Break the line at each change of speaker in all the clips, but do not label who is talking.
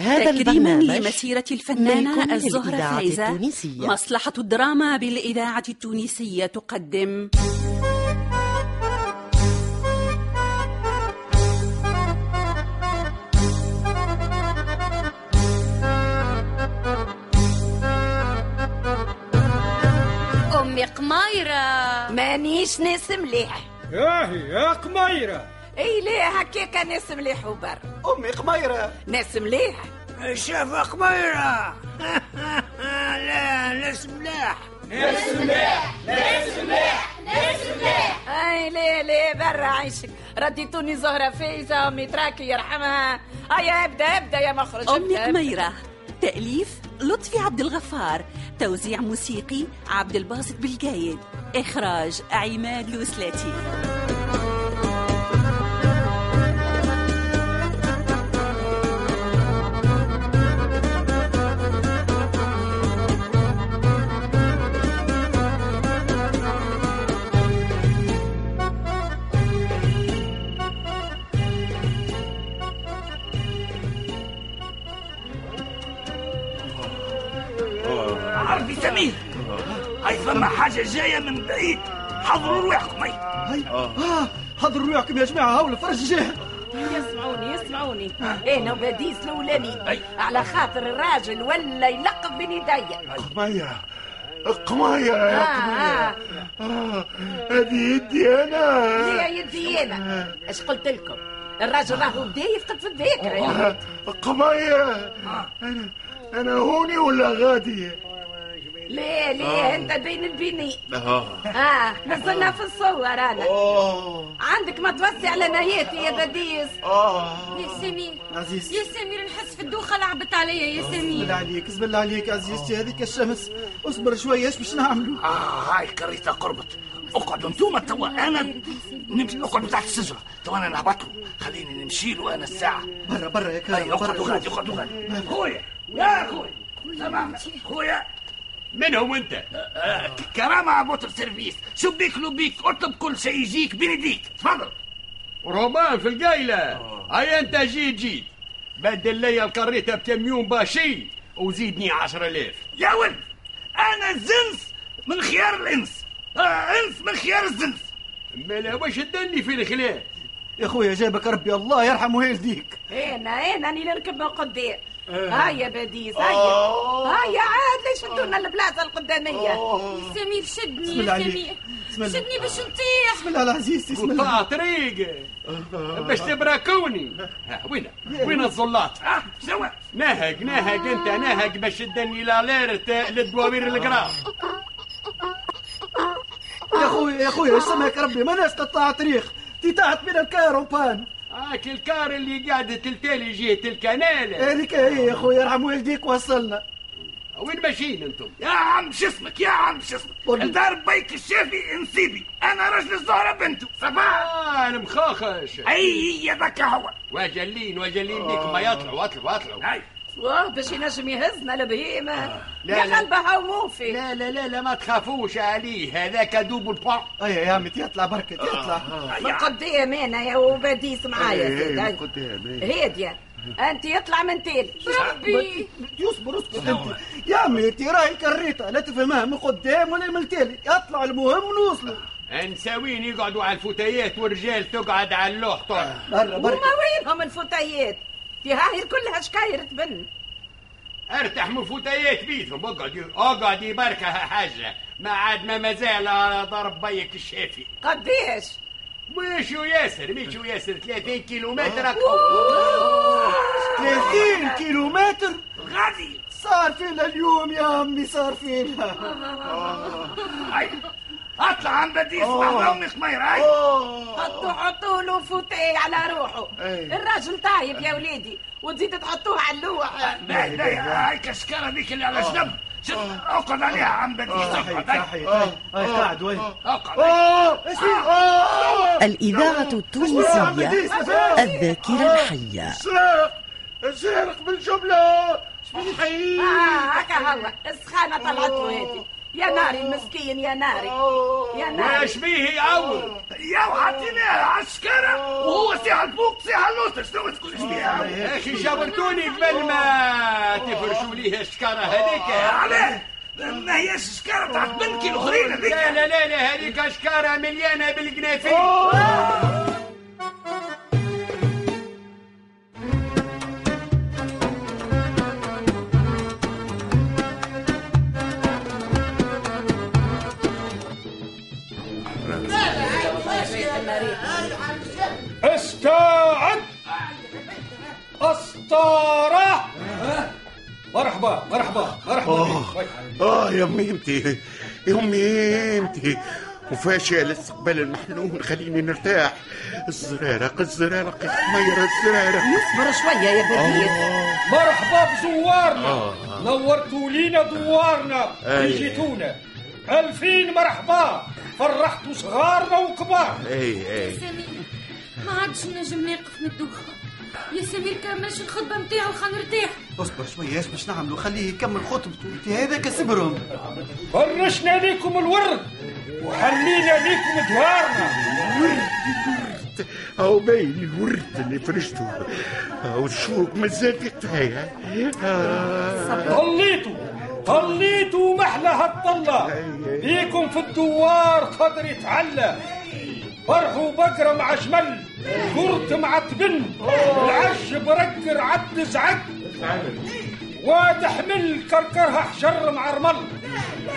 هذا
تكريما
البرنامج
لمسيرة الفنانة
ملك
الزهرة
للإذاعة
فايزة
التونسية.
مصلحة الدراما بالإذاعة التونسية تقدم
أمي قمايرة
مانيش ناس مليح
ياهي يا قميرة
اي ليه هكاكا ناس مليح وبر
أمي قميرة
ناس مليح
شاف قميرة لا ناس ملاح
اي ليه ليه برا عيشك رديتوني زهرة فايزة امي تراكي يرحمها هيا ابدا ابدا يا مخرج
أمي
ابدأ، ابدأ.
قميرة تأليف لطفي عبد الغفار توزيع موسيقي عبد الباسط بالجايد إخراج عماد لوسلاتي
عرفي سمير هاي فما حاجة جاية من بعيد حضروا رواحكم هاي
هاي آه حضروا روحكم يا جماعة هاو الفرج جاه
يسمعوني يسمعوني انا وبديس الاولاني
أي.
إيه، على خاطر الراجل ولا يلقف بين يديا
قميرة قميرة
آه، آه.
يا قميرة آه، هذه يدي أنا
يا يدي انا اش قلت لكم الراجل راهو بدا يفقد في الذاكره يا
آه، قميرة أنا أنا هوني ولا غادي؟
ليه
آه.
ليه انت بين البنين اه نزلنا في الصور انا
أوه
عندك ما توصي على نياتي يا بديس
آه
يا سمير
عزيز
يا سمير نحس في الدوخة لعبت عليا يا
بسم الله
سمير
عليك بسم الله عليك عزيزتي هذيك الشمس اصبر شوية اش باش نعملوا
آه هاي كريتها قربت اقعدوا انتوما توا انا نمشي نقعد تحت الشجرة توا انا نهبط له. خليني نمشي له انا الساعة
برا برا يا كريم
هاي
برا
اقعدوا غادي
شوف.
اقعدوا غادي خويا يا خويا سامعنا خويا
منهم انت
آه، كرامة عبوت السيرفيس شو بيك لو بيك اطلب كل شيء يجيك بين يديك تفضل
رومان في القايله هيا انت جيت جيت بدل لي الكريته بكم يوم باشي وزيدني عشرة الاف
يا ولد انا زنس من خيار الانس آه انس من خيار الزنس
ملا واش تدني في الخلاف
يا خويا جابك ربي الله يرحم والديك
انا انا راني نركب من قدام
آه.
هيا بديس هيا هيا عاد ليش
آه.
شدونا البلاصه القداميه
يا سمير شدني
بسم الله
يا
عليك.
سمير
بسم الله.
شدني باش نطيح
بسم الله على عزيزتي بسم الله
قطع طريق باش تبراكوني ها وين وين الزلاط
اه شنو
نهق نهق انت نهق باش تدني لاليرت للدواوير القراب
يا خويا يا خويا اش سماك ربي ما ناس قطع طريق تي تحت بين الكاروبان
هاك الكار اللي قاعد تلتالي جهة الكنالة
هذيك هي إيه يا خويا يرحم والديك وصلنا
وين ماشيين انتم
يا عم شو اسمك يا عم شو
قول
اسمك
لي.
الدار بيك الشافي انسيبي انا رجل الزهرة بنته صباح
آه المخاخش
اي يا ذاك هو
وجلين وجلين بيكم ما يطلعوا اطلعوا اطلعوا
هاي
واه باش ينجم يهزنا البهيمه
آه. لا،
يا
لا.
قلبها وموفي
لا لا لا لا ما تخافوش عليه هذاك دوب البع
اي يا عمي يطلع بركة يطلع
من قدام انا يا وبديس
آه،
معايا
إيه،
زيد.
إيه،
هيا.
قدام، إيه.
هاديه انت يطلع من تالي
ربي
إيه، يصبر اسكت انت يا عمي انت راهي كريتها لا تفهمها من قدام ولا من التالي يطلع المهم ونوصلوا
انساوين يقعدوا على الفتيات والرجال تقعد على اللوحطة
برا برا
وما وينهم الفتيات يا هاي كلها شكاير بنت
ارتاح من الفتيات بيتهم اقعد اقعد بركة حاجة ما عاد ما مازال على ضرب بيك الشافي
قديش
مش ياسر مش ياسر 30 كيلومتر أقوى.
30 كيلو متر
غادي
صار فينا اليوم يا عمي صار فينا
هاي اطلع عم بديس
أوه.
مع امي خمير هاي
أوه
حطوا حطوا له فوتيه على روحه
إيه.
الراجل طايب يا وليدي وتزيد تحطوه على اللوح
لا لا يا هاي كشكرة ذيك اللي على جنب شد، اقعد عليها عم بديس
آه.
اقعد هاي.
هاي قاعد وين
آه.
آه،
اقعد هاي.
أوه إيش فيه؟ أوه
الإذاعة التونسية الذاكرة الحية
سرق سرق بالجملة شبيه
آه، اه هكا هو السخانه طلعت له هذه يا ناري المسكين يا ناري يا ناري
واش بيه يعول
يا وحطيناها على السكارة وهو سيها الفوق سيها اللوطة شنو تقول ايش بيها
يا اخي جاوبتوني قبل ما تفرشوا لي الشكاره هذيك
علاه ما هيش سكارة تاع البنكي الاخرين
لا
هذيك
لا لا لا هذيك شكاره مليانه بالقنافير
استعد اسطوره مرحبا مرحبا مرحبا بك.
اه يا امي امتي يا امي امتي وفاشل الاستقبال المحنون خليني نرتاح الزرارق الزرارق الحميرة الزرارق آه.
اصبر شوية يا بديع
مرحبا بزوارنا نورتوا لينا دوارنا
أي.
اللي جيتونا ألفين مرحبا فرحتوا صغارنا وكبار
اي اي
سمير ما عادش نجم نقف من الدوخة يا سمير كملش الخطبة نتاعو خلينا نرتاح
اصبر شويه اش باش نعملوا خليه يكمل خطبته انت هذاك صبرهم
فرشنا ليكم الورد وحلينا ليكم ديارنا
او باين الورد اللي فرشته او الشوك مازال يقطعي آه.
طليتوا طليتوا محلى هالطلة بيكم في الدوار قدر يتعلى فرحوا بقرة مع جمل قرد مع تبن العش بركر عد زعق وتحمل كركرها حجر مع رمل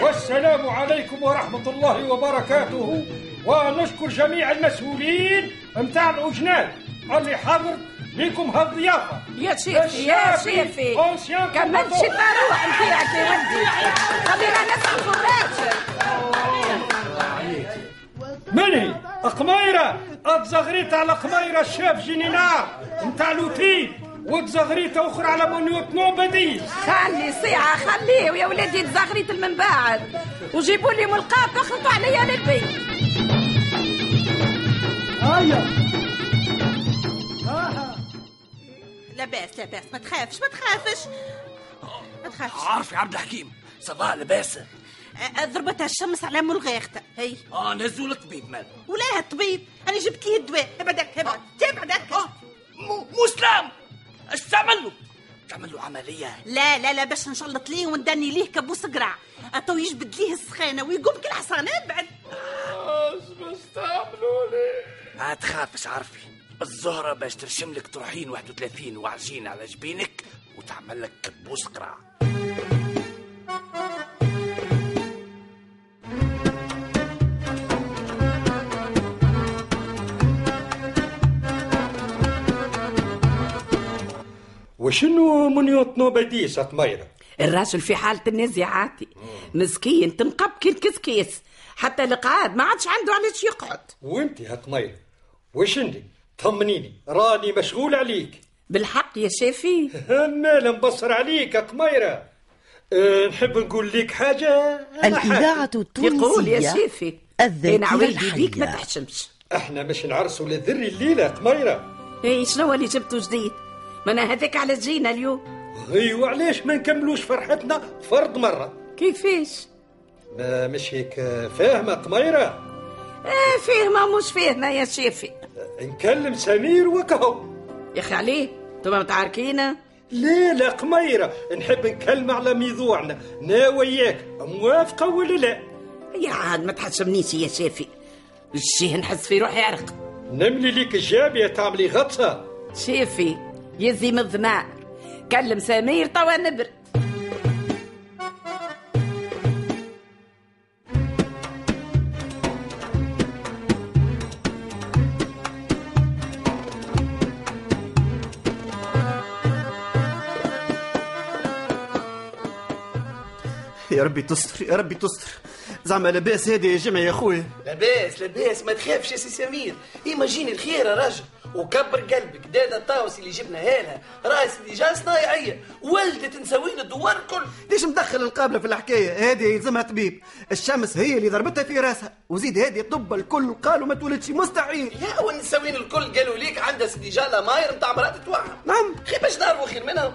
والسلام عليكم ورحمة الله وبركاته ونشكر جميع المسؤولين متاع الأجناد اللي حضر لكم هالضيافة
يا شيفي يا شيفي كملت شي الطروح نتاعك يا ولدي خلينا نسمع راجل
منهي قميرة اتزغريت على قميرة الشاب جنينار نتاع لوتيل وتزغريت اخرى على منيوت نو بديل
خلي ساعة خليه ويا ولادي تزغريت من بعد وجيبوا لي ملقاك اخلطوا عليا للبيت
آه. لاباس لاباس ما تخافش ما تخافش ما تخافش
عارف يا عبد الحكيم صباح لباس
أ- ضربتها الشمس على ملغاختها هي
اه نزلوا الطبيب مال
ولا الطبيب انا جبت لي الدواء ابدك ابعد ابعد
أه.
اه مو مو سلام اش تعمل له؟ تعمل له عملية
لا لا لا باش نشلط ليه وندني ليه كابوس قرع اتو يجبد ليه السخانه ويقوم كل حصانه ابعد
ما تخافش عارفي الزهرة باش ترشم لك طرحين 31 وعجين على جبينك وتعمل لك كبوس قرع
وشنو منيوت نو بديس قميرة
الراجل في حالة النازعاتي مسكين تنقب كي الكسكيس حتى القعاد ما عادش عنده علاش يقعد
وانت يا قميرة وشني طمنيني راني مشغول عليك
بالحق يا شافي
مالا مبصر عليك يا قميرة أه نحب نقول لك حاجة أنا
الإذاعة
حاجة.
يقول يا إيه،
التونسية
شافي انا
الذاكرة
عوالي بيك ما
الحية
تحشمش
احنا باش نعرسوا للذري الليلة يا قميرة
اي إيه، شنو اللي جبته جديد ما انا هذاك على جينا اليوم
ايوا علاش ما نكملوش فرحتنا فرد مرة
كيفاش
ما مش هيك فاهمة قميرة
اه فاهمه مش فاهمه يا شافي
نكلم سمير وكهو
يا اخي عليه انتم متعاركين
ليلة قميرة نحب نكلم على موضوعنا نا وياك موافقة ولا لا
يا عاد ما تحشمنيش يا شافي الشيه نحس في روحي عرق
نملي ليك الجابية تعملي غطسة
شافي يزي من الظمار كلم سمير توا نبرد
يا ربي تستر يا ربي تستر زعما لاباس هذا يا جمع يا خويا
لاباس لاباس ما تخافش يا سي سمير ايماجيني الخير يا راجل وكبر قلبك دادا الطاوس اللي جبنا هالها راس اللي جا صنايعيه ولدت نسوين الدوار الكل
ليش مدخل القابله في الحكايه هذه يلزمها طبيب الشمس هي اللي ضربتها في راسها وزيد هذه طب الكل قالوا ما تولدش مستحيل
يا والنسوين الكل قالوا ليك عندها سيدي جالا ماير نتاع مرات توعها
نعم
خي باش نعرفوا خير منها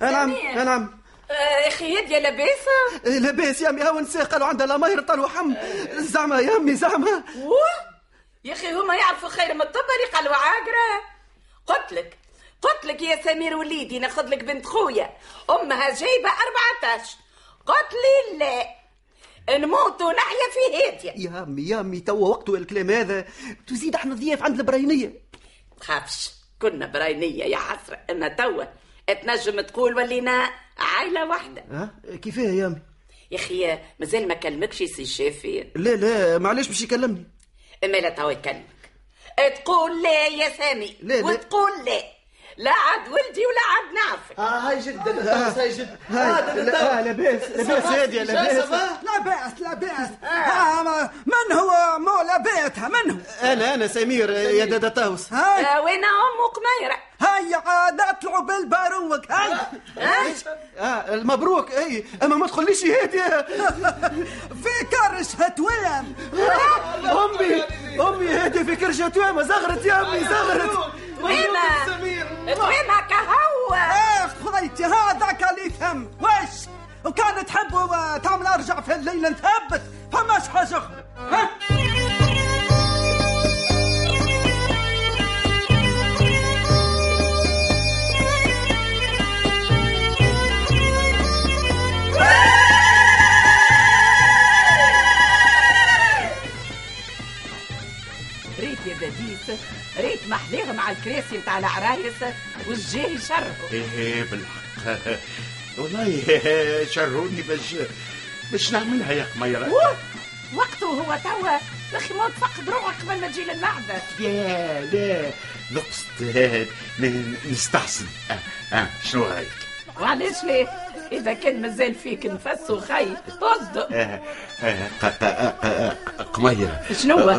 آه، نعم آه، نعم
آه، اخي يدي لاباس
إيه لاباس يا امي هاو نساء قالوا عندها لا ماهر طالوا حم زعما يا امي زعما
واه، يا اخي هما يعرفوا خير من الطب اللي قالوا عاقره قلت لك قلت لك يا سمير وليدي ناخذ لك بنت خويا امها جايبه 14 قلت لي لا نموت ونحيا في هاديه
يا امي يا امي توا وقت الكلام هذا تزيد احنا ضياف عند البراينيه
تخافش كنا براينيه يا حسره ان توا تنجم تقول ولينا عائله واحده
ها كيفاه يا امي
يا اخي مازال ما كلمكش سي شافي
لا لا معليش باش يكلمني
اما لا توا يكلمك تقول لا يا سامي
لا.
وتقول لا لا عاد ولدي ولا عاد نعرفك
اه هاي جدا لاباس هاي جدا اه
آه، هاي
دلتا.
لا- آه، لاباس لاباس
صباح
هادي
الخير،
لاباس
صباح.
لا بأس لا بأس آه، ما- من هو مولى بيتها من هو
انا انا سمير يا دادا طاوس
هاي
آه، وين ام قميره
هيا عاد اطلعوا بالباروك هاي
اه مبروك اي اما ما تقوليش هادي
في كرش هتوام
امي امي هادي في كرشة ما زغرت يا امي زغرت
تويمة إيه، تويمة كهو
ايه خذيتي هذاك اللي يفهم وش وكان تحبوا آه، تعمل ارجع في الليل نثبت فماش حاجه اخرى ها
ريت يا بديس ريت محليها مع الكراسي نتاع العرايس والجاي شرفه
ايه بالحق والله شروني باش باش نعملها يا قميرة
وقته هو توا يا اخي ما تفقد روحك قبل ما تجي للمعبد
لا لا نقصد ن- نستحسن آه، آه، شنو رايك؟
وعلاش ليه اذا كان مازال فيك نفس وخي اصدق
آه، آه، ق- ق- ق- قميرة
شنو هو؟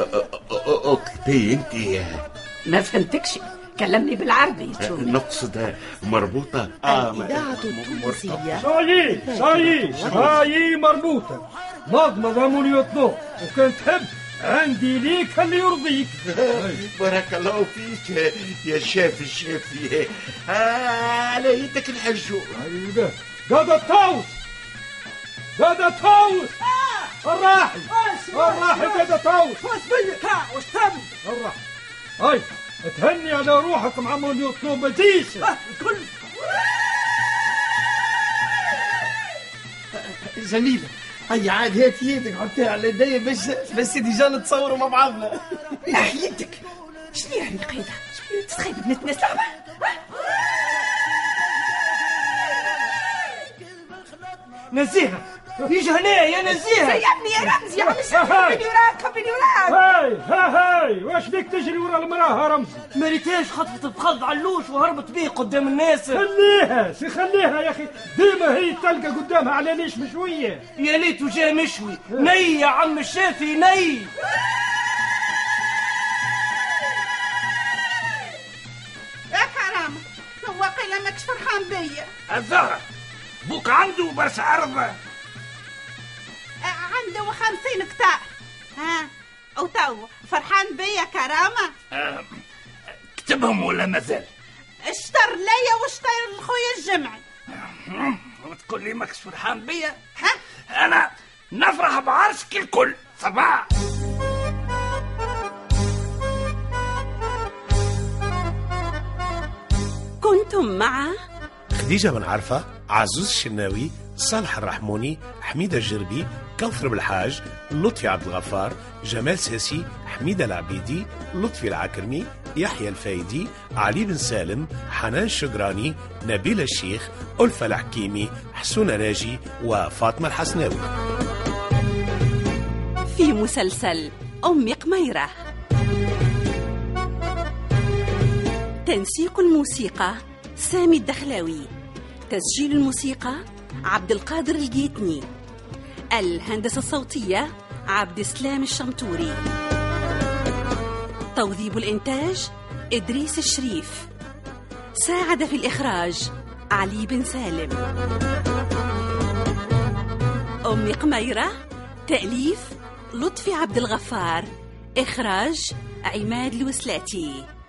قلتي انت آه،
ما فهمتكش كلمني بالعربي
إيه.
نقصد آه، مربوطة
الإذاعة التونسية شاي شاي شاي مربوطة نظمة ضامون نور وكان تحب عندي ليك اللي يرضيك
بارك الله فيك يا شاف الشافي آه، على يدك الحجو
أيوة. دادا التاوس دادا التاوس الراحي الراحي دادا التاوس
وش بيك ها وش تبي
الراحي هاي تهني على روحك مع موليوت نور ما تجيش
أه،
ها، كل
جميلة هيا عاد هات يدك حطيها على يدي باش بس ديجا نتصوروا مع بعضنا
نحيتك أه، شنو يعني قيدة تسخي بنت ناس لعبة
نزيها
يجي هنا يا نزيهة
يا ابني يا رمزي علاش خبيني يعني وراك خبيني وراك
هاي ها هاي واش بيك تجري ورا المراه يا رمزي
مريتاش خطفت بخض علوش وهربت بيه قدام الناس
خليها سي خليها يا اخي ديما هي تلقى قدامها على ليش مشويه
يا ليت وجا مشوي ني يا عم الشافي ني
يا حرام هو قيل ماكش فرحان بيا
الزهرة بوك عنده برشا عرض
آه، عنده خمسين قطاع ها وتو فرحان بيا كرامة
آه، كتبهم ولا مازال
اشتر ليا واشتر لخويا الجمعي
وتقول لي ماكش فرحان بيا انا نفرح بعرسك الكل صباح
كنتم مع
خديجة بن عرفة عزوز الشناوي صالح الرحموني حميدة الجربي كوثر بالحاج لطفي عبد الغفار جمال ساسي حميدة العبيدي لطفي العكرمي يحيى الفايدي علي بن سالم حنان الشقراني نبيل الشيخ ألفة الحكيمي حسون ناجي وفاطمة الحسناوي
في مسلسل أم قميرة تنسيق الموسيقى سامي الدخلاوي تسجيل الموسيقى عبد القادر الجيتني الهندسة الصوتية عبد السلام الشمتوري توظيب الإنتاج إدريس الشريف ساعد في الإخراج علي بن سالم أم قميرة تأليف لطفي عبد الغفار إخراج عماد الوسلاتي